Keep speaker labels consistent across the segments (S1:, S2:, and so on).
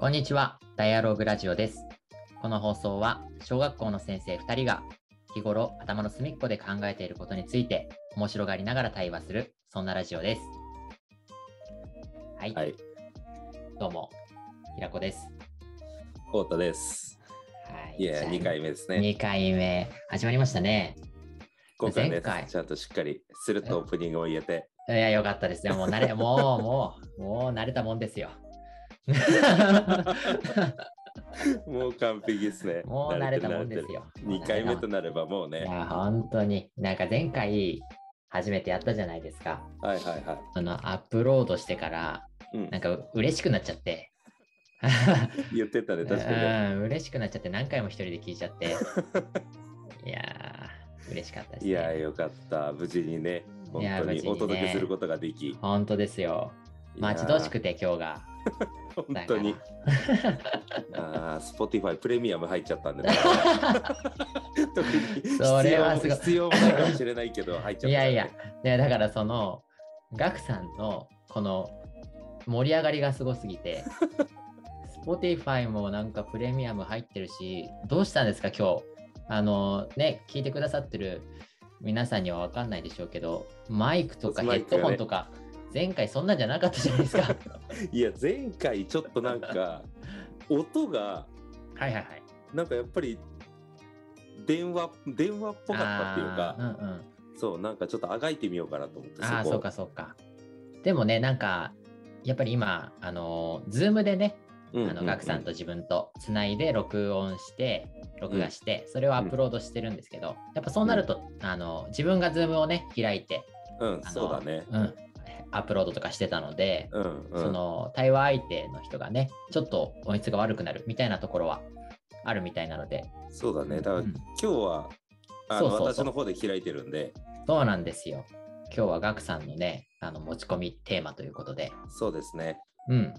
S1: こんにちは、ダイアローグラジオです。この放送は、小学校の先生2人が、日頃頭の隅っこで考えていることについて、面白がりながら対話する、そんなラジオです。はい、
S2: はい、
S1: どうも、平子です。
S2: コウタです。
S1: はい
S2: いや、
S1: じゃあ
S2: 2回目ですね。
S1: 二回目、始まりましたね。
S2: 今回
S1: 前
S2: で
S1: 回
S2: す。ちゃんとしっかりスルッとオープニングを入 れて。
S1: いや、よかったですね。もう 慣れ、もう、もう、もう慣れたもんですよ。
S2: もう完璧ですね。
S1: もう慣れたもんです
S2: 慣れてる。
S1: よ。
S2: 2回目となればもうね
S1: い。や、本当に。なんか前回、初めてやったじゃないですか。
S2: はいはいは
S1: そのアップロードしてから、
S2: い。うん
S1: なんかう嬉しくなっちゃって。
S2: 言ってたね、 確かに。
S1: うん、嬉しくなっちゃって、何回も一人で聞いちゃって。いやー、嬉しかったです、ね。
S2: いや、よかった。無事にね、本
S1: いや
S2: 当
S1: 無事に
S2: に
S1: ね
S2: お届けすることができ。
S1: 本当ですよ。待ち遠しくて、今日が。
S2: いやー。
S1: だ
S2: 本
S1: か
S2: 当
S1: ら
S2: に。ああ、Spotify プレミアム入っちゃったん で。 特に
S1: それはすごい
S2: 必要も必要もないかもしれないけど、入っちゃった、
S1: いやいや。、でだからその、ガクさんのこの盛り上がりがすごすぎ て、Spotify もなんかプレミアム入ってるし、どうしたんですか、今日。あのね、聞いてくださってる皆さんには分かんないでしょうけど、マイクとかヘ
S2: マ
S1: ッ
S2: イクが
S1: ド
S2: ね
S1: ホンとか、前回そんなんじゃなかったじゃないですか。
S2: いや前回ちょっとなんか音が
S1: はいはいはい。
S2: なんかやっぱり電話電話っぽかったっていうか
S1: あーうんうん。
S2: そうなんかちょっとあがいてみようかなと思って
S1: ああ、そうかそうか。でもね、なんか、やっぱり今、あの、Zoom でね、あの、ガクさん
S2: と
S1: と自分とつないで録音して、録画して、それをアップロードしてるんですけど、やっぱそうなると、あの、自分がズームをね、開いて、
S2: うん
S1: あの
S2: そうだね
S1: うん、アップロードとかしてたので、
S2: うんうん
S1: その対話相手の人がね、ちょっと音質が悪くなるみたいなところはあるみたいなので、
S2: そうだねだから
S1: うん
S2: 今日はあの
S1: そうそうそう
S2: 私の方で開いてるんで
S1: そうなんですよ。今日はガクさんのね、あの持ち込みテーマということで、
S2: そうですね
S1: うん、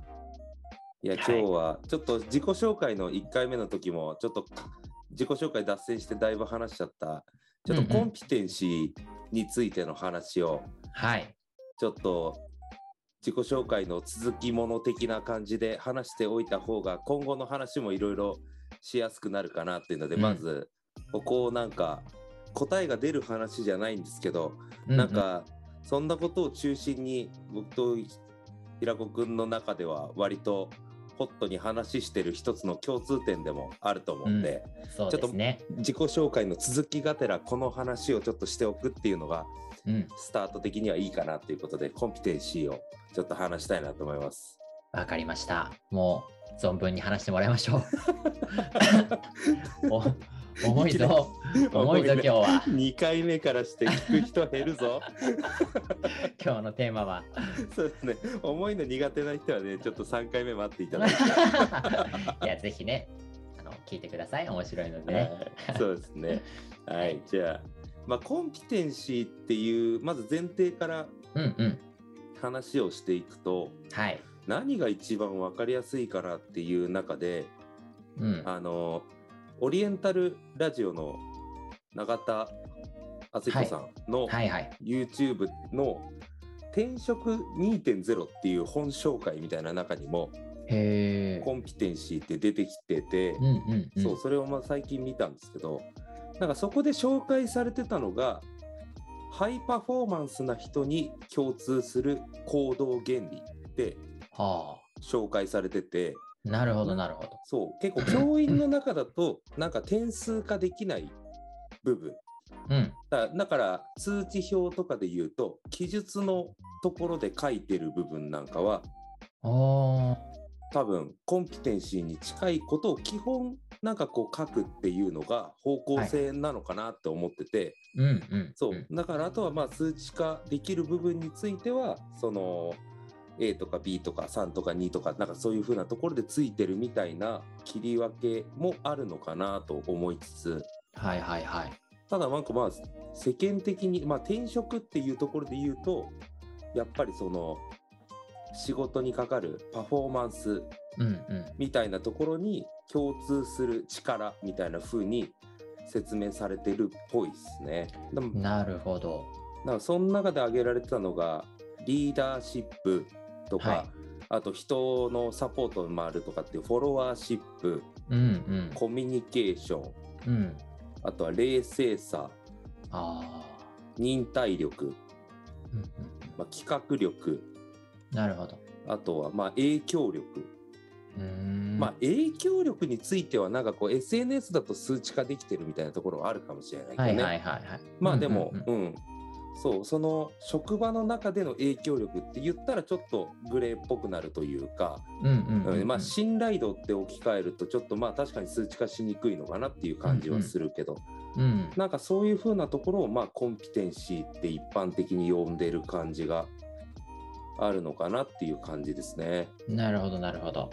S2: いや
S1: はい
S2: 今日はちょっと自己紹介の1回目の時もちょっと自己紹介脱線してだいぶ話しちゃったちょ
S1: う
S2: っと
S1: んうん
S2: コンピテンシーについての話を
S1: はい、
S2: ちょっと自己紹介の続きもの的な感じで話しておいた方が今後の話もいろいろしやすくなるかなっていうので、
S1: うん
S2: まずここをなんか答えが出る話じゃないんですけど、
S1: うう
S2: なんかそんなことを中心に僕と平子くんの中では割とホットに話してる一つの共通点でもあると思うんで、
S1: そうですね。
S2: 自己紹介の続きがてらこの話をちょっとしておくっていうのが
S1: うん、
S2: スタート的にはいいかなということで、コンピテンシーをちょっと話したいなと思 います。
S1: わかりました。もう存分に話してもらいまし ょう。お重い ぞ、重いぞ今日は。
S2: 2回目からして聞く人減 るぞ。
S1: 今日のテーマ は。
S2: そうですね。重いの苦手な人はね、ちょっと3回目待っていただいて。
S1: いや、ぜひね、あの聞いてください。面白いので
S2: は
S1: ね。
S2: いそうですね。はい、じゃあ、まあ、コンピテンシーっていう、まず前提から
S1: うんうん。
S2: 話をしていくと、
S1: はい。
S2: 何が一番分かりやすいかなっていう中で、
S1: うん。
S2: あの、オリエンタルラジオの永田敦彦さんの、
S1: はいはい。
S2: YouTube の転職2.0っていう本紹介みたいな中にも
S1: へえ。
S2: コンピテンシーって出てきてて、
S1: うんうんうん。
S2: そうそれをまあ最近見たんですけどなんかそこで紹介されてたのがハイパフォーマンスな人に共通する行動原理って
S1: は
S2: 紹介されてて
S1: あ。なるほどなるほど。
S2: そう結構教員の中だとなんか点数化できない部分
S1: うん。
S2: だだから通知表とかで言うと記述のところで書いてる部分なんかは
S1: おー。
S2: 多分コンピテンシーに近いことを基本なんかこう書くっていうのが方向性なのかなって思ってて、
S1: うんうん。
S2: そうだからあとはまあ数値化できる部分についてはその A とか B とか3とか2とかなんかそういう風なところでついてるみたいな切り分けもあるのかなと思いつつ
S1: はいはいはい。
S2: ただなんかまあ世間的に、まあ、転職っていうところで言うとやっぱりその仕事にかかるパフォーマンス
S1: うんうん。
S2: みたいなところに共通する力みたいな風に説明されてるっぽいですね。でも
S1: なるほど。
S2: なんかその中で挙げられてたのがリーダーシップとか、
S1: はい
S2: あと人のサポートもあるとかっていうフォロワーシップ
S1: うん
S2: コミュニケーション
S1: うんうん
S2: あとは冷静さ
S1: あ
S2: 忍耐力、
S1: あうんうん
S2: まあ、企画力
S1: なるほど
S2: あとはまあ影響力、
S1: うーん
S2: まあ影響力についてはなんかこう SNS だと数値化できてるみたいなところはあるかもしれないけど
S1: はい
S2: ね、
S1: はいはいはい
S2: まあでも、
S1: う
S2: うんん
S1: うんうん
S2: そうその職場の中での影響力って言ったらちょっとグレーっぽくなるというか、
S1: うんうんうん
S2: うんまあ信頼度って置き換えるとちょっとまあ確かに数値化しにくいのかなっていう感じはするけど、
S1: うん
S2: なんかそういうふうなところをまあコンピテンシーって一般的に呼んでる感じがあるのかなっていう感じですね。
S1: なるほどなるほど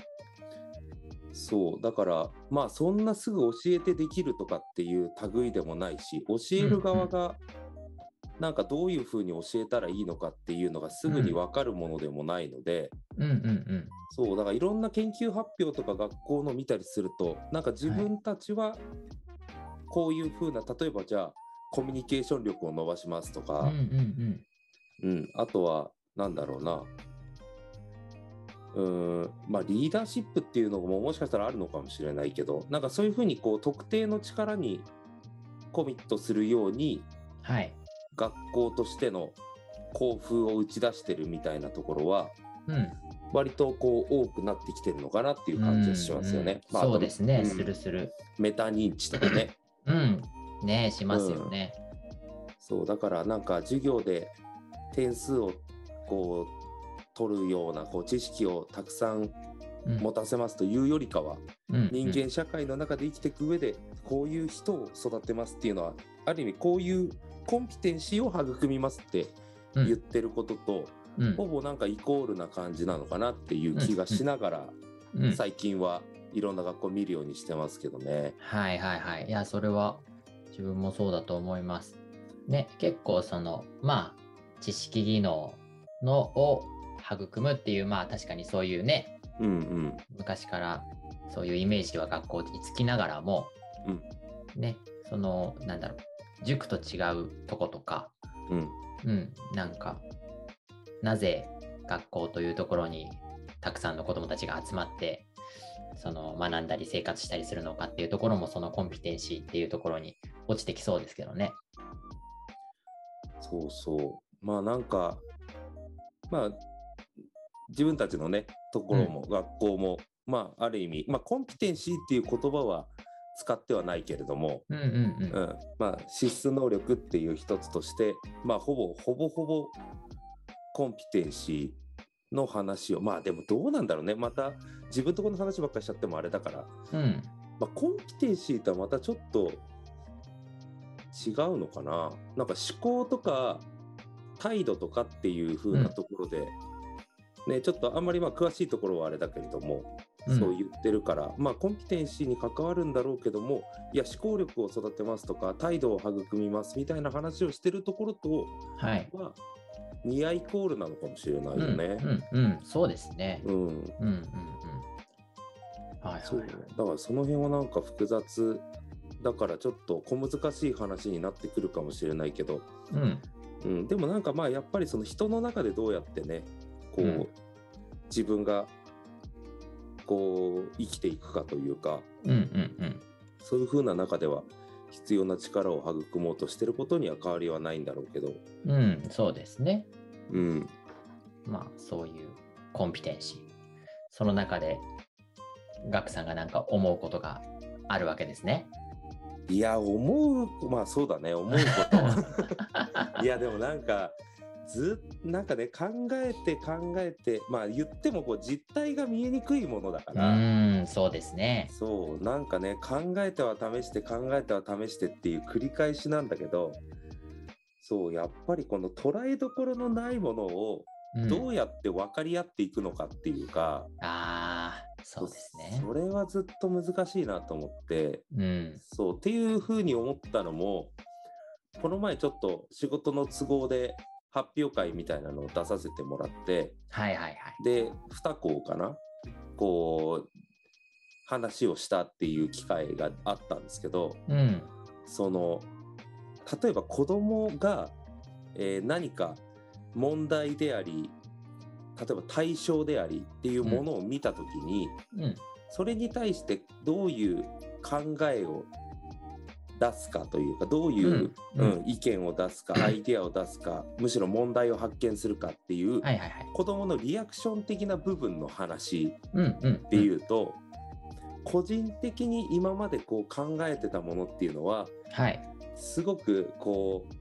S2: そうだからまあそんなすぐ教えてできるとかっていう類でもないし教える側がなんかどういうふうに教えたらいいのかっていうのがすぐに分かるものでもないので、
S1: うんうん
S2: そうだからいろんな研究発表とか学校の見たりするとなんか自分たちはこういうふうな例えばじゃあコミュニケーション力を伸ばしますと
S1: うん
S2: か
S1: うんう、ん
S2: うん、あとは、なんだろうな。うーん、まあ、リーダーシップっていうのももしかしたらあるのかもしれないけど、なんかそういうふうにこう、特定の力にコミットするように、
S1: はい
S2: 学校としての校風を打ち出してるみたいなところは、
S1: うん
S2: 割とこう、多くなってきてるのかなっていう感じがしますよ
S1: うん
S2: ね。
S1: うん
S2: あと
S1: そうですね、
S2: ん
S1: するする
S2: メタ認知とかね。
S1: うんねしますよね、
S2: そうだからなんか授業で点数をこう取るようなこう知識をたくさん
S1: うん
S2: 持たせますというよりかは
S1: うん
S2: 人間社会の中で生きていく上でこういう人を育てますっていうのはある意味こういうコンピテンシーを育みますって
S1: うん
S2: 言ってることと
S1: うん
S2: ほぼなんかイコールな感じなのかなっていう気がしながら
S1: うん
S2: 最近はいろんな学校見るようにしてますけどね。
S1: はいはいはい。いや、それは自分もそうだと思います。ね、結構その、まあ、知識技能のを育むっていう、まあ確かにそういうね、
S2: うんうん
S1: 昔からそういうイメージは学校につきながらも、
S2: うん
S1: ね、その、なんだろう、塾と違うとことか、
S2: うん
S1: うん、なんか、なぜ学校というところにたくさんの子どもたちが集まって、その学んだり生活したりするのかっていうところもそのコンピテンシーっていうところに落ちてきそうですけどね。
S2: そうそう。まあなんか、まあ、自分たちのね、ところも学校も、まあある意味、まあコンピテンシーっていう言葉は使ってはないけれども、
S1: うんうんうん。
S2: うん、まあ資質能力っていう一つとして、まあほぼほぼほぼコンピテンシーの話を、まあでもどうなんだろうね。また自分とこの話ばっかりしちゃってもあれだから、
S1: うん、
S2: まあ、コンピテンシーとはまたちょっと違うのかななんか思考とか態度とかっていう風なところで、ね、ちょっとあんまりまあ詳しいところはあれだけれども、
S1: うん
S2: そう言ってるから、まあ、コンピテンシーに関わるんだろうけどもいや思考力を育てますとか態度を育みますみたいな話をしてるところと
S1: はい。
S2: は似合いイコールなのかもしれない
S1: うん
S2: よね。
S1: うんうん、そうですね。
S2: うん
S1: うんうんうん。はい
S2: そう
S1: はい
S2: ね。だからその辺はなんか複雑だからちょっと小難しい話になってくるかもしれないけど、
S1: うん
S2: うん、でもなんかまあやっぱりその人の中でどうやってねこう、
S1: うん
S2: 自分がこう生きていくかというか
S1: うんうん
S2: そういう風な中では必要な力を育もうとしてることには変わりはないんだろうけど、
S1: うん。うん、そうですね。
S2: うん、
S1: まあそういうコンピテンシーその中でガクさんがなんか思うことがあるわけですね。
S2: いや思うまあそうだね思うことは。いやでもなんかずなんかね考えて考えてまあ言ってもこう実態が見えにくいものだか
S1: う
S2: ら、
S1: ーんそうですね。
S2: そうなんかね考えては試して考えては試してっていう繰り返しなんだけどそうやっぱりこの捉えどころのないものを
S1: うん、
S2: どうやって分かり合っていくのかっていうか、
S1: ああそうですね。
S2: それはずっと難しいなと思って
S1: うん
S2: そうっていうふうに思ったのもこの前ちょっと仕事の都合で発表会みたいなのを出させてもらって
S1: はいはいはい。
S2: で2校かなこう話をしたっていう機会があったんですけど
S1: うん
S2: その例えば子供が、えー何か問題であり例えば対象でありっていうものを見た時に、
S1: うん。
S2: それに対してどういう考えを出すかというかどういう、
S1: う
S2: うん
S1: ん。
S2: 意見を出すかアイディアを出すかむしろ問題を発見するかっていう、
S1: はいはいはい。
S2: 子どものリアクション的な部分の話
S1: うんうん。
S2: でいうと、個人的に今までこう考えてたものっていうのは
S1: はい。
S2: すごくこう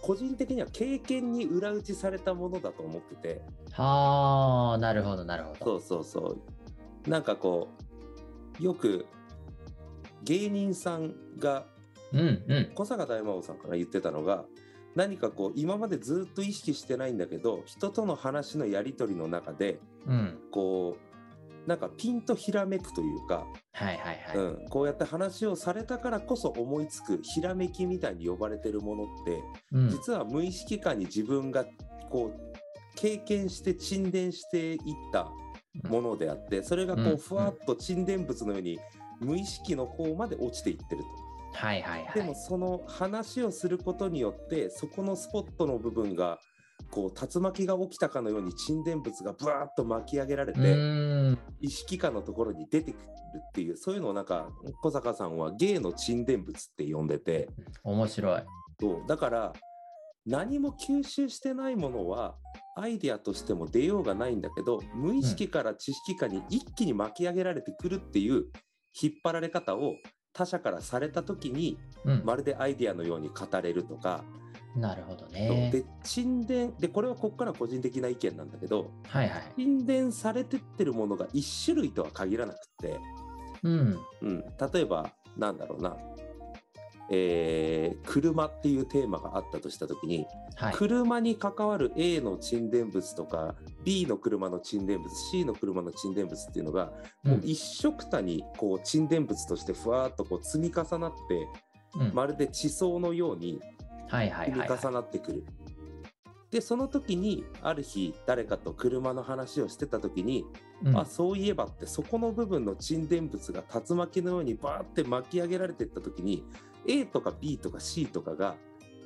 S2: 個人的には経験に裏打ちされたものだと思ってて
S1: はあ、なるほどなるほど。
S2: そうそうそうなんかこうよく芸人さんが
S1: うんうん。
S2: 小坂大魔王さんから言ってたのが何かこう今までずっと意識してないんだけど人との話のやり取りの中で
S1: うん。
S2: こうなんかピンとひらめくというか、
S1: はいはいはい。
S2: うん、こうやって話をされたからこそ思いつくひらめきみたいに呼ばれてるものって
S1: うん
S2: 実は無意識下に自分がこう経験して沈殿していったものであってそれがこ
S1: う
S2: うんふわっと沈殿物のように無意識の方まで落ちていってると。
S1: はいはいはい。
S2: でもその話をすることによってそこのスポットの部分がこう竜巻が起きたかのように沈殿物がブワーッと巻き上げられ
S1: う
S2: て、
S1: ーん。
S2: 意識下のところに出てくるっていうそういうのをなんか小坂さんは芸の沈殿物って呼んでて
S1: 面白い。
S2: そうだから何も吸収してないものはアイデアとしても出ようがないんだけど無意識から知識下に一気に巻き上げられてくるっていう引っ張られ方を他者からされた時に
S1: うん。
S2: まるでアイデアのように語れるとか、
S1: なるほど
S2: そう
S1: ね。
S2: で沈殿でこれはここから個人的な意見なんだけど
S1: はいはい。
S2: 沈殿されてってるものが1種類とは限らなくって、
S1: うん。
S2: うん、例えばなんだろうな、えー車っていうテーマがあったとした時に、
S1: はい。
S2: 車に関わる A の沈殿物とか B の車の沈殿物 C の車の沈殿物っていうのが、もう一緒くたにこう沈殿物としてふわーっとこう積み重なって
S1: うんうん
S2: まるで地層のように
S1: はいはい
S2: 積み
S1: はいはい。
S2: 重なってくる。でその時にある日誰かと車の話をしてた時に、
S1: うん
S2: あそういえばってそこの部分の沈殿物が竜巻のようにバーって巻き上げられてった時に A とか B とか C とかが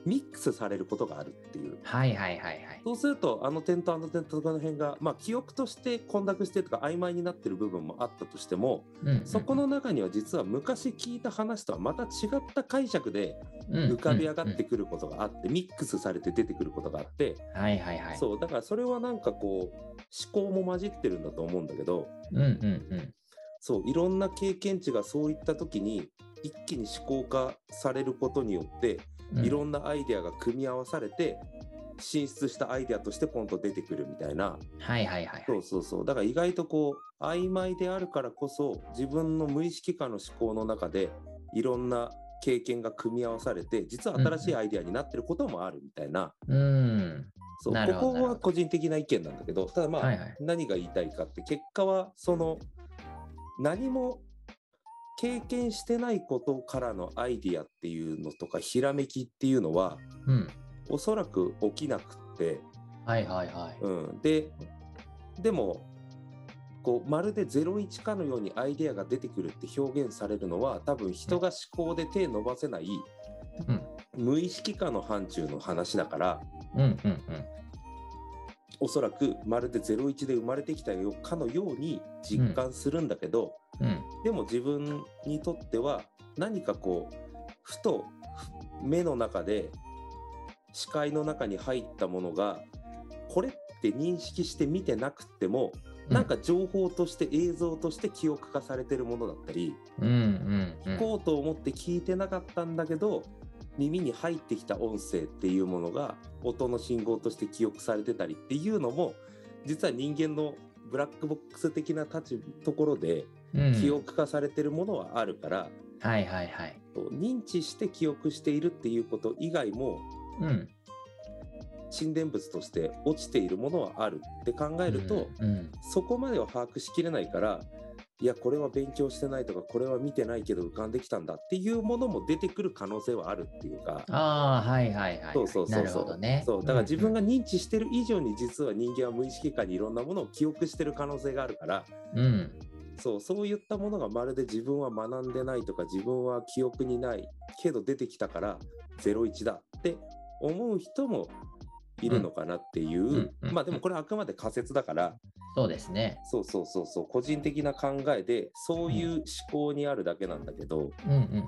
S2: ミックスされることがあるっていう。
S1: はいはいはいはい。
S2: そうするとあの点とあの点とこの辺が、まあ、記憶として混濁してとか曖昧になってる部分もあったとしても
S1: うん
S2: そこの中には実は昔聞いた話とはまた違った解釈で
S1: 浮
S2: 浮かび上がってくることがあって、ミックスされて出てくることがあって、
S1: はいはいはい。
S2: そうだからそれはなんかこう思考も混じってるんだと思うんだけど
S1: うんうんうん。
S2: そういろんな経験値がそういった時に一気に思考化されることによって、
S1: うん
S2: いろんなアイデアが組み合わされて進出したアイデアとしてポンと出てくるみたいな
S1: はいはいはい。
S2: そうそうそうだから意外とこう曖昧であるからこそ自分の無意識下の思考の中でいろんな経験が組み合わされて実は新しいアイデアになってることもあるみたいな、
S1: うん。
S2: そう
S1: なるほど
S2: ここ
S1: なるほ
S2: は
S1: ど
S2: 個人的な意見なんだけどただまあ、
S1: はいはい。
S2: 何が言いたいかって結果はその何も経験してないことからのアイディアっていうのとかひらめきっていうのは
S1: うん。
S2: おそらく起きなくって、
S1: はいはいはい。
S2: うん、ででもこうまるで01かのようにアイディアが出てくるって表現されるのは多分人が思考で手伸ばせない
S1: うん
S2: 無意識下の範疇の話だから
S1: うんうんうん。
S2: おそらくまるで01で生まれてきたよかのように実感するんだけど、
S1: うん。
S2: でも自分にとっては何かこうふと目の中で視界の中に入ったものがこれって認識して見てなくってもなんか情報として映像として記憶化されてるものだったり
S1: うんうんうん。
S2: 聞こうと思って聞いてなかったんだけど耳に入ってきた音声っていうものが音の信号として記憶されてたりっていうのも実は人間のブラックボックス的な立ちところで
S1: うん
S2: 記憶化されてるものはあるから、
S1: はいはいはい。
S2: 認知して記憶しているっていうこと以外も
S1: うん。
S2: 沈殿物として落ちているものはあるって考えると、
S1: うん。
S2: そこまでは把握しきれないからいやこれは勉強してないとかこれは見てないけど浮かんできたんだっていうものも出てくる可能性はあるっていうか。
S1: ああ、はいはいはい。
S2: そうそうそ
S1: な
S2: う
S1: る
S2: そ
S1: ほ
S2: う,、
S1: どね。
S2: そうだから自分
S1: が、
S2: が認知してる以上に実は人間は無意識下にいろんなものを記憶してる可能性があるから
S1: うん。
S2: そうそういったものがまるで自分は学んでないとか自分は記憶にないけど出てきたから01だって思う人もいるのかなっていう、
S1: んうん
S2: まあでもこれはあくまで仮説だから、
S1: そうですね。
S2: そうそうそうそう個人的な考えでそういう思考にあるだけなんだけど、
S1: うんうん。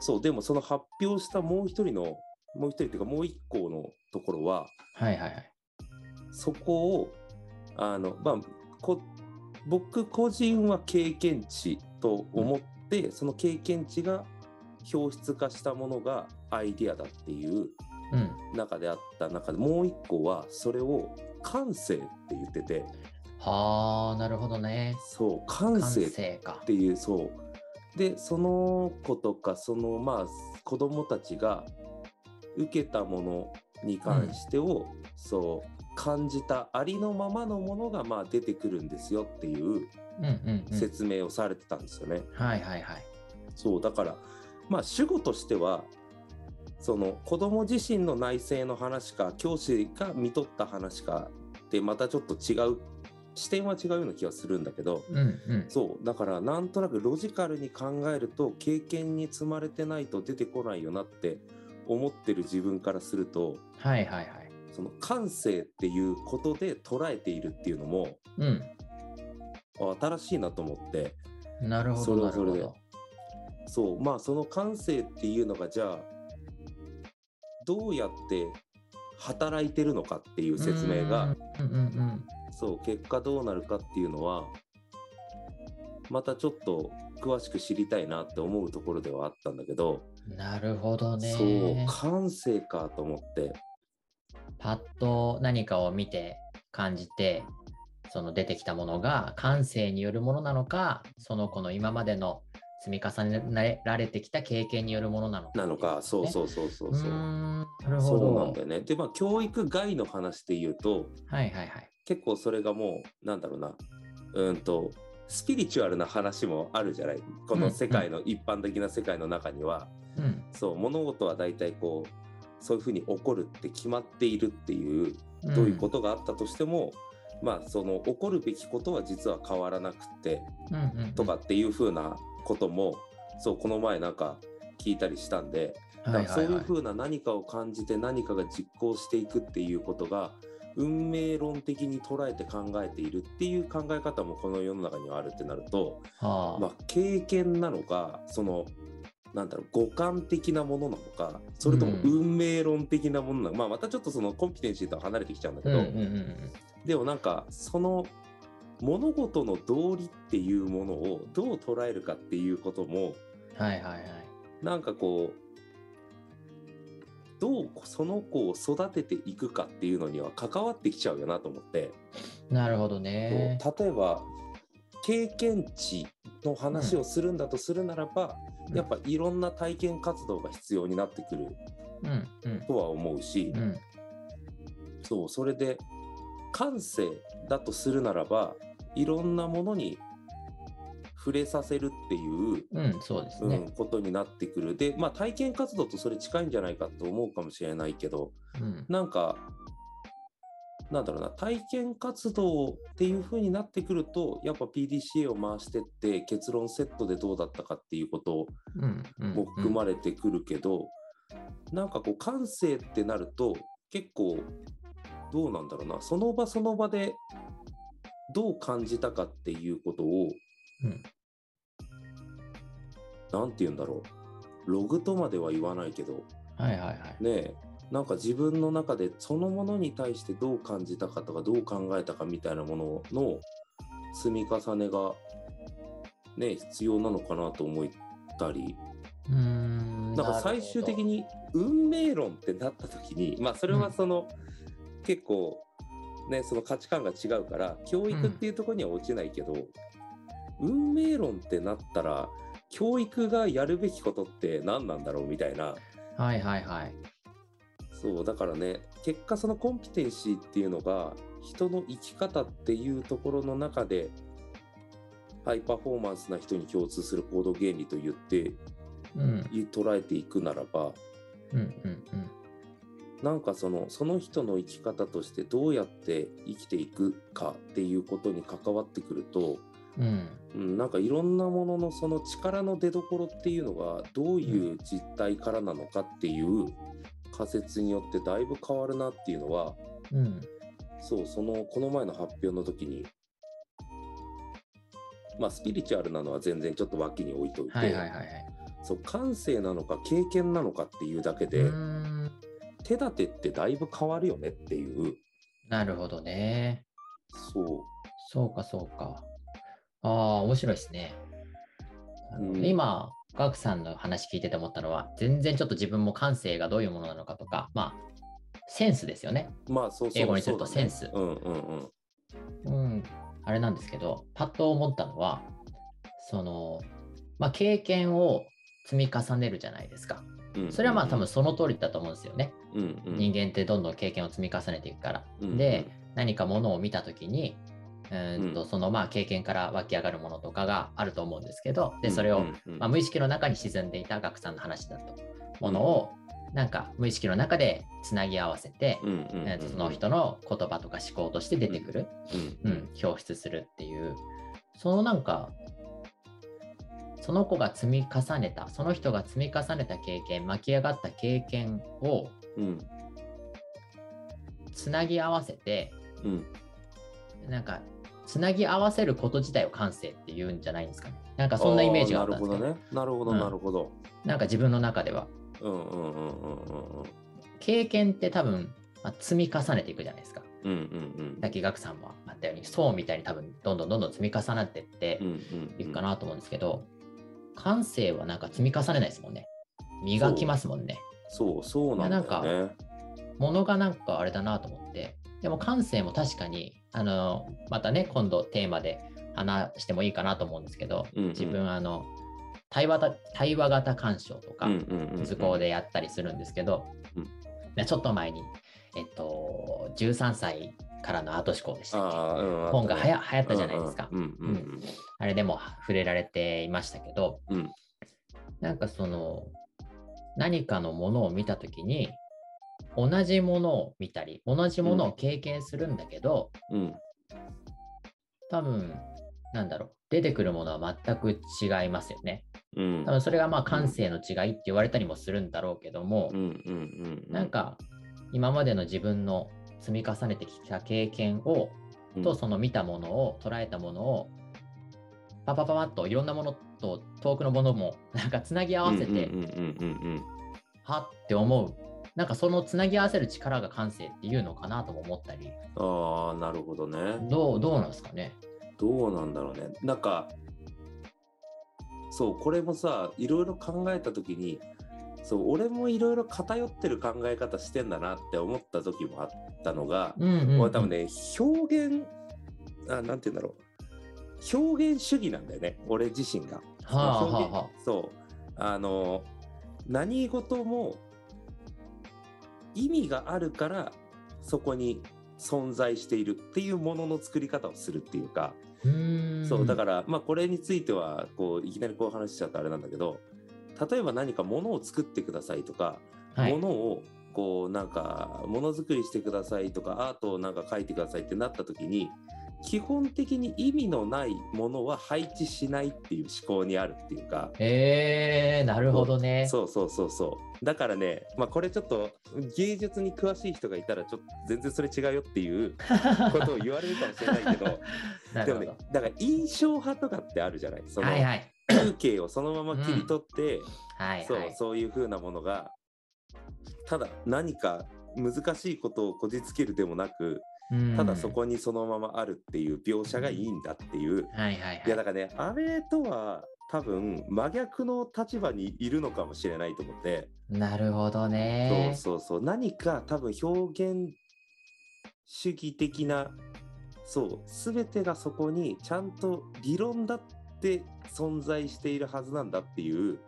S2: そうでもその発表したもう一人のもう一人っていうかもう一個のところは
S1: はいはいはい。
S2: そこをあのまあこ僕個人は経験値と思って、その経験値が表出化したものがアイディアだっていう
S1: うん。
S2: 中であった中でもう一個はそれを感性って言ってて
S1: はあ、なるほどね。
S2: そう感
S1: 感
S2: 性っ
S1: 性か
S2: っ。ていうそうでその子とかそのまあ子供たちが受けたものに関してを、そう感じたありのままのものがまあ出てくるんですよっていう
S1: うんうん、うん。
S2: 説明をされてたんですよね。
S1: はいはいはい。
S2: そうだからまあ主語としてはその子供自身の内省の話か教師が見とった話かでまたちょっと違う視点は違うような気がするんだけど、
S1: うんうん。
S2: そうだからなんとなくロジカルに考えると経験に積まれてないと出てこないよなって思ってる自分からすると
S1: はいはいはい。
S2: その感性っていうことで捉えているっていうのも
S1: う
S2: あ新しいなと思って
S1: ん。なるほ
S2: そ
S1: ど
S2: れ
S1: な
S2: は
S1: る
S2: そ
S1: ほ
S2: れで
S1: ど。
S2: そうまあその感性っていうのがじゃあどうやって働いてるのかっていう説明が
S1: うんうんうん。
S2: そう結果どうなるかっていうのはまたちょっと詳しく知りたいなって思うところではあったんだけど、
S1: なるほどね。
S2: そう感性かと思って
S1: パッと何かを見て感じてその出てきたものが感性によるものなのかその子の今までの積み重ねられてきた経験によるものなのか
S2: なのかそう
S1: う
S2: そうそうそう
S1: う
S2: そう
S1: ー
S2: う。
S1: んなるほど
S2: そうなんだよね。でまあ教育外の話で言うと
S1: はいはいはい
S2: 結構それがもうなんだろうなうんとスピリチュアルな話もあるじゃないこ
S1: うんう
S2: の
S1: ん
S2: 世界の、一般的な世界の中には
S1: うん
S2: そう物事は大体こうそういうふうに起こるって決まっているっていう
S1: うん
S2: どういうことがあったとしても、まあその起こるべきことは実は変わらなくって
S1: うんうんうん
S2: とかっていうふうなことも、そうこの前なんか聞いたりしたんで、
S1: はい
S2: だ
S1: は
S2: から
S1: い
S2: そうい
S1: は
S2: う
S1: い
S2: ふうな何かを感じて何かが実行していくっていうことが運命論的に捉えて考えているっていう考え方もこの世の中にはあるってなると、
S1: はあ
S2: まあ、経験なのかそのなんだろう五感的なものなのかそれとも
S1: うん
S2: 運命論的なものなのか、まあ、またちょっとそのコンピテンシーとは離れてきちゃうんだけ
S1: うん
S2: ど、
S1: うんうん
S2: でもなんかその物事の道理っていうものをどう捉えるかっていうことも
S1: うんはいはいはい
S2: なんかこうどうその子を育てていくかっていうのには関わってきちゃうよなと思って、
S1: なるほどね
S2: 例えば経験値の話をするんだとするならば、
S1: うん
S2: やっぱいろんな体験活動が必要になってくる
S1: うんうん
S2: とは思うし、
S1: うん
S2: そうそれで感性だとするならばいろんなものに触れさせるっていう、
S1: うんそうです
S2: うん
S1: ね
S2: ことになってくるでまあ体験活動とそれ近いんじゃないかと思うかもしれないけど
S1: うん
S2: なんかなんだろうな体験活動っていう風になってくるとやっぱ PDCA を回してって結論セットでどうだったかっていうことを
S1: うんうん
S2: も含まれてくるけど、なんかこう感性ってなると結構どうなんだろうなその場その場でどう感じたかっていうことを
S1: うん
S2: 何て言うんだろうログとまでは言わないけど
S1: はいはいはい
S2: ねえなんか自分の中でそのものに対してどう感じたかとかどう考えたかみたいなものの積み重ねがね必要なのかなと思ったり
S1: うーん
S2: なんか最終的
S1: に
S2: に運命論ってなった時にまあそれはその、結構ねその価値観が違うから教育っていうところには落ちないけど、運命論ってなったら教育がやるべきことって何なんだろうみたいな
S1: はいはいはい
S2: そうだからね結果そのコンピテンシーっていうのが人の生き方っていうところの中でハイパフォーマンスな人に共通する行動原理と言って
S1: うん
S2: 捉えていくならば
S1: うんうんうん
S2: なんかそのその人の生き方としてどうやって生きていくかっていうことに関わってくると、
S1: うん
S2: うん、なんかいろんなもののその力の出どころっていうのがどういう実態からなのかっていう仮説によってだいぶ変わるなっていうのは
S1: うん。
S2: そう、その、この前の発表の時に、まあ、スピリチュアルなのは全然ちょっと脇に置いといて、
S1: はいはいはいはい。
S2: そう感性なのか経験なのかっていうだけで、
S1: うーん
S2: 手立てってだいぶ変わるよねっていう
S1: なるほどね。
S2: そう
S1: そうかそうか。ああ、面白いですね。なるほど
S2: うん
S1: 今、ガクさんの話聞いてて思ったのは、全然ちょっと自分も感性がどういうものなのかとか、まあ、センスですよね。
S2: まあそうそう
S1: 英語にすると
S2: そうだね
S1: センス
S2: うんうんうん
S1: うん、あれなんですけど、パッと思ったのは、その、まあ、経験を積み重ねるじゃないですか。
S2: うんうん
S1: それはまあ多分その通りだと思うんですよね。
S2: うんうん
S1: 人間ってどんどん経験を積み重ねていくから。
S2: うん
S1: で、何かものを見た時に、うーん
S2: う
S1: と
S2: ん
S1: そのまあ経験から湧き上がるものとかがあると思うんですけど、
S2: う
S1: で
S2: ん
S1: それを
S2: うんうん
S1: まあ、無意識の中に沈んでいた学さんの話だとものをなんか無意識の中でつなぎ合わせて、
S2: うんうんうん
S1: えーとその人の言葉とか思考として出てくる、
S2: うん
S1: うん表出するっていうそのなんかその子が積み重ねたその人が積み重ねた経験巻き上がった経験を
S2: うん
S1: つなぎ合わせて
S2: うん
S1: なんかつなぎ合わせること自体を感性っていうんじゃないんですかねなんかそんなイメージがあったんですけど
S2: あーなるほど
S1: うん
S2: ねなるほど
S1: なんか自分の中では
S2: なるほどうんうんうんうんうん
S1: 経験って多分、まあ積み重ねていくじゃないですか。
S2: うんうん
S1: さっき岳さんもあったように層みたいに多分どんどんどんどん積み重なっていって
S2: うんうん
S1: いくかなと思うんですけど、感性はなんか積み重ねないですもんね。磨きますもんね。
S2: そうそうなんだよ
S1: いや
S2: ね
S1: ものがなんかあれだなと思って。でも感性も確かにあのまたね今度テーマで話してもいいかなと思うんですけど、
S2: うんうん
S1: 自分あの対話だ対話型鑑賞とか、
S2: うんうんうんうん
S1: 図工でやったりするんですけど、
S2: うん
S1: ねちょっと前に、えっと、13歳からのアート思考でしたっけ
S2: あーうん
S1: 本がはや流行
S2: あ
S1: ったじゃないですか、
S2: うんうんうん
S1: あれでも触れられていましたけど、
S2: うん
S1: なんかその何かのものを見た時に同じものを見たり同じものを経験するんだけど、
S2: うん
S1: 多分なんだろう出てくるものは全く違いますよね
S2: うん
S1: 多分それがまあ感性の違いって言われたりもするんだろうけども、
S2: うんうんうん
S1: なんか今までの自分の積み重ねてきた経験を、
S2: うん
S1: とその見たものを捉えたものをパパパパッといろんなものと遠くのものも なんかつなぎ合わせて、
S2: うんうんうんうんうん
S1: はって思うなんかそのつなぎ合わせる力が感性っていうのかなとも思ったり
S2: ああなるほどね
S1: どうどうなんですかね
S2: どうなんだろうねなんかそうこれもさいろいろ考えた時にそう俺もいろいろ偏ってる考え方してんだなって思った時もあったのが、
S1: うんうん、
S2: これ多分ね表現あなんて言うんだろう表現主義なんだよね俺自身が。
S1: はあ
S2: 表
S1: は
S2: 現
S1: あは
S2: そうあの何事も意味があるからそこに存在しているっていうものの作り方をするっていうか、
S1: うーん
S2: そうだからまあこれについてはこういきなりこう話しちゃうとあれなんだけど例えば何か物を作ってくださいとか、
S1: らはい
S2: 物をこうなんかものづくりしてくださいとかアートをなんか描いてくださいってなった時に基本的に意味のないものは配置しないっていう思考にあるっていうか。
S1: えー、なるほどね
S2: そうそうそうそうだからね、まあ、これちょっと芸術に詳しい人がいたらちょっと全然それ違うよっていうことを言われるかもしれないけど
S1: な
S2: で
S1: る
S2: も
S1: ほ
S2: ね
S1: ど
S2: だから印象派とかってあるじゃないその
S1: はいはい
S2: 風景をそのまま切り取って、
S1: はいはい
S2: そうそういう風なものがただ何か難しいことをこじつけるでもなく
S1: うん
S2: ただそこにそのままあるっていう描写がいいんだっていう、
S1: はいはいはい
S2: いやだからねあれとは多分真逆の立場にいるのかもしれないと思って。
S1: なるほど
S2: そ
S1: ね
S2: うそうそう何か多分表現主義的なそう全てがそこにちゃんと理論だって存在しているはずなんだっていう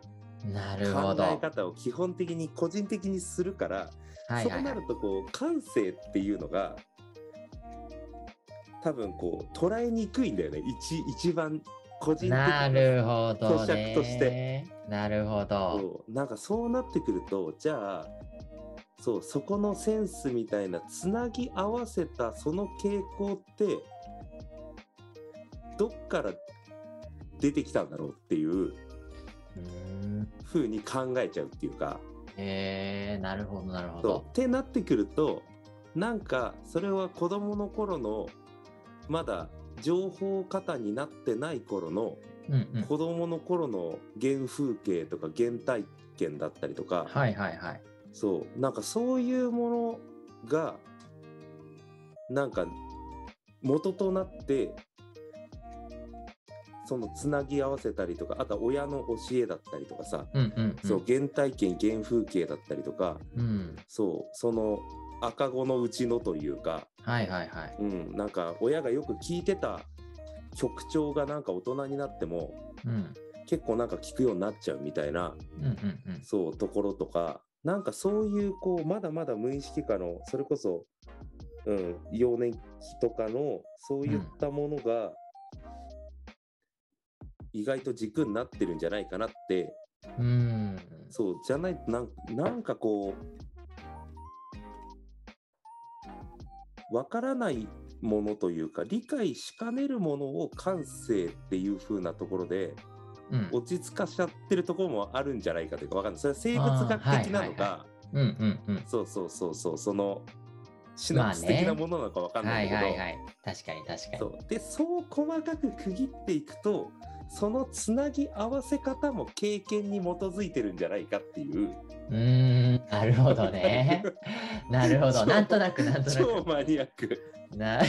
S1: なるほ
S2: 考
S1: ど
S2: え方を基本的に個人的にするから、
S1: はいはい
S2: そう
S1: は
S2: ないるとこう感性っていうのが多分こう捉えにくいんだよね一一番個人的
S1: なるほどね
S2: 咀嚼として
S1: なるほど
S2: そうなんかそうなってくるとじゃあそうそこのセンスみたいなつなぎ合わせたその傾向ってどっから出てきたんだろうっていう
S1: うーん
S2: 風に考えちゃうっていうか
S1: えー、なるほどなるほ
S2: そう
S1: ど
S2: ってなってくるとなんかそれは子供の頃のまだ情報過多になってない頃の
S1: うんうん。
S2: 子供の頃の原風景とか原体験だったりとか、
S1: はいはいはい。
S2: そうなんかそういうものがなんか元となってそのつなぎ合わせたりとかあとは親の教えだったりとかさ、
S1: うんうん、うん。
S2: そう。原体験原風景だったりとか
S1: うん。
S2: そうその赤子のうちのというか、
S1: はいはいはい。
S2: うん、なんか親がよく聞いてた曲調がなんか大人になっても
S1: うん。
S2: 結構なんか聞くようになっちゃうみたいな
S1: うんうんうん。
S2: そうところとかなんかそういうこうまだまだ無意識化のそれこそ、うん、幼年期とかのそういったものが、意外と軸になってるんじゃないかなって
S1: うん。
S2: そうじゃないとなんなんかこうわからないものというか理解しかねるものを感性っていう風なところで
S1: うん。
S2: 落ち着かしちゃってるところもあるんじゃないかというかわかんないそれは生物学的なのか、
S1: あーうんうんうん。
S2: そうそうそうそうそのシナプス的なものなのかわかんな
S1: はいい
S2: けど、
S1: はいはい。確かに確かに。
S2: そうでそう細かく区切っていくとそのつなぎ合わせ方も経験に基づいてるんじゃないかっていう
S1: うーん。なるほど ね。なるほ
S2: 超
S1: ど。なんとなくなんとな
S2: 超マニアック
S1: く。な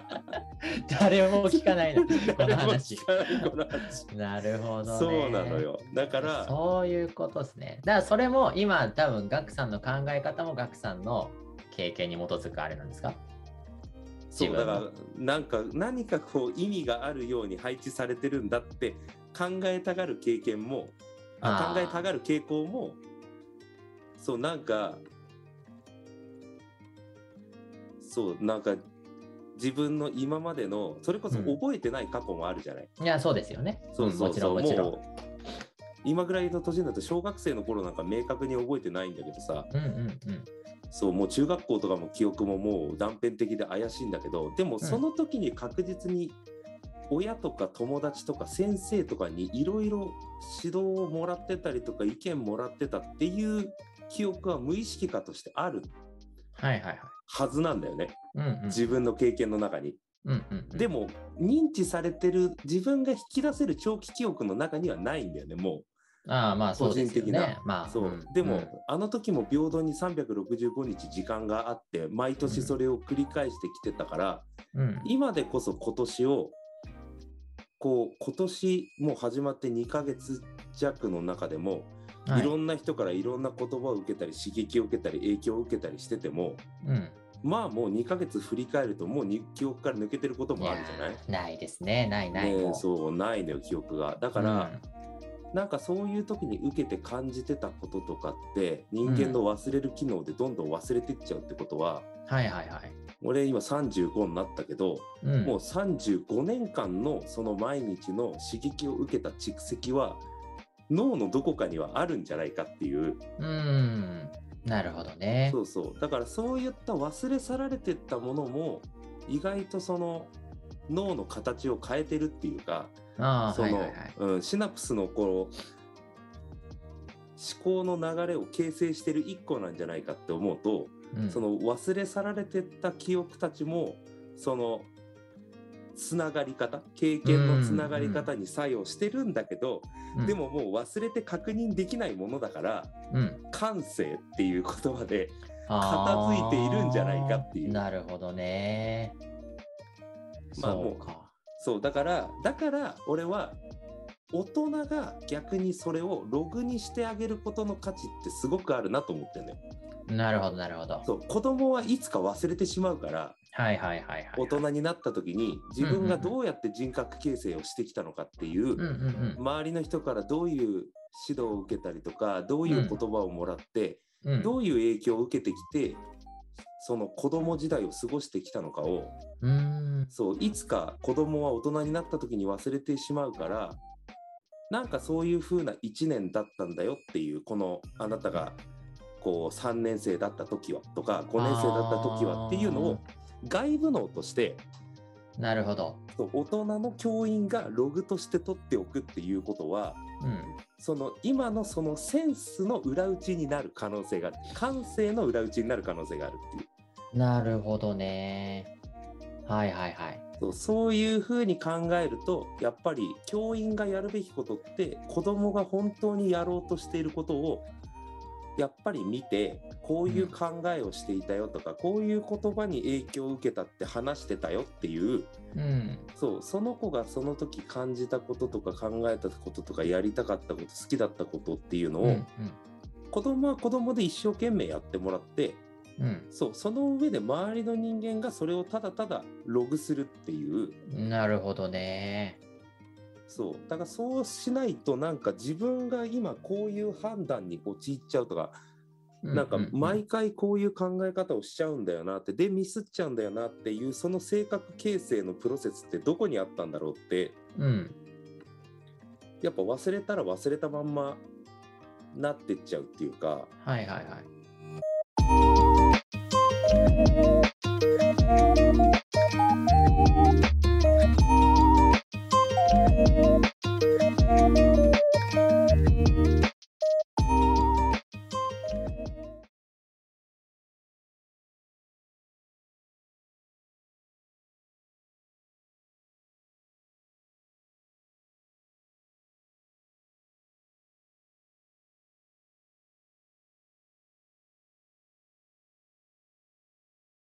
S1: 誰も聞かないな、この
S2: 誰も
S1: 話
S2: 聞。かないこの話
S1: なるほど、ね。
S2: そうなのよだから
S1: そういうことですね。だからそれも今多分ガクさんの考え方もガクさんの経験に基づくあれなんですか
S2: そう
S1: 自
S2: だ
S1: 分
S2: か
S1: の
S2: らなんか何かこう意味があるように配置されてるんだって考えたがる経験も
S1: あー
S2: あ考えたがる傾向もそうなんかそうなんか自分の今までのそれこそ
S1: うん
S2: 覚えてない過去もあるじゃない、
S1: いや、そうですよね。
S2: そうそ
S1: んも
S2: う
S1: ちろ
S2: そ
S1: ん
S2: う
S1: もちろん。
S2: もう今ぐらいの年になると小学生の頃なんか明確に覚えてないんだけどさ、
S1: うんうんうん。
S2: そうもう中学校とかも記憶ももう断片的で怪しいんだけどでもその時に確実に親とか友達とか先生とかにいろいろ指導をもらってたりとか意見もらってたっていう記憶は無意識化としてある
S1: はいはいはい。
S2: はずなんだよね
S1: うんうん。
S2: 自分の経験の中に。
S1: うんうんうん、
S2: でも認知されてる自分が引き出せる長期記憶の中にはないんだよねもう。
S1: ああまあそうですよ
S2: 個人的
S1: ね。まあ
S2: そう、
S1: ん
S2: でも、あの時も平等に365日時間があって毎年それを繰り返してきてたから、
S1: うんうん
S2: 今でこそ今年をこう今年もう始まって2ヶ月弱の中でも、
S1: はい
S2: い、ろんな人からいろんな言葉を受けたり刺激を受けたり影響を受けたりしてても
S1: うん、
S2: まあもう2ヶ月振り返るともうに記憶から抜けてることもあるじゃない
S1: いやーないですね。ないない。
S2: ねえ
S1: もう
S2: そうないのよ記憶がだから、なんかそういう時に受けて感じてたこととかって人間の忘れる機能でどんどん忘れてっちゃうってことは、
S1: うんはいはいはい。
S2: 俺今35になったけど、
S1: うん、
S2: もう35年間のその毎日の刺激を受けた蓄積は脳のどこかにはあるんじゃないかっていう
S1: うん。なるほどね。
S2: そうそうだからそういった忘れ去られてったものも意外とその脳の形を変えてるっていうか
S1: ああ
S2: そ
S1: はい
S2: の、
S1: はいはい。
S2: うん、シナプスのこう思考の流れを形成してる一個なんじゃないかって思うと、
S1: うん
S2: その忘れ去られてった記憶たちもそのつながり方経験のつながり方に作用してるんだけど、
S1: うん
S2: で、ももう忘れて確認できないものだから
S1: うん、
S2: 感性っていう言葉で
S1: あー
S2: 片付いているんじゃないかっていう
S1: なるほどね。
S2: まあ
S1: そうか。
S2: そうだからだから俺は大人が逆にそれをログにしてあげることの価値ってすごくあるなと思ってるのよ。
S1: なるほどなるほど。
S2: そう子供はいつか忘れてしまうから
S1: はいはいはいはい。
S2: 大人になった時に自分がどうやって人格形成をしてきたのかってい
S1: うんう
S2: うん
S1: うん
S2: 周りの人からどういう指導を受けたりとかどういう言葉をもらって
S1: うん。
S2: どういう影響を受けてきてその子供時代を過ごしてきたのかを
S1: うーん。
S2: そういつか子供は大人になった時に忘れてしまうからなんかそういう風な1年だったんだよっていうこのあなたがこう3年生だった時はとか5年生だった時はっていうのを外部脳として
S1: なるほど。
S2: そう大人の教員がログとして取っておくっていうことは
S1: うん。
S2: その今のそのセンスの裏打ちになる可能性がある感性の裏打ちになる可能性があるっていう
S1: なるほどね。はいはいはい。
S2: そうそういうふうに考えるとやっぱり教員がやるべきことって子どもが本当にやろうとしていることをやっぱり見てこういう考えをしていたよとか、こういう言葉に影響を受けたって話してたよっていう
S1: うん。
S2: そうその子がその時感じたこととか考えたこととかやりたかったこと好きだったことっていうのを、
S1: うんうん
S2: 子どもは子どもで一生懸命やってもらって
S1: うん
S2: そうその上で周りの人間がそれをただただログするっていう。
S1: なるほどね。
S2: そうだからそうしないとなんか自分が今こういう判断に陥っちゃうとか、
S1: うう
S2: なんか
S1: う
S2: 毎回こういう考え方をしちゃうんだよなってでミスっちゃうんだよなっていうその性格形成のプロセスってどこにあったんだろうって
S1: うん。
S2: やっぱ忘れたら忘れたまんまなってっちゃうっていうか
S1: はいはいはい。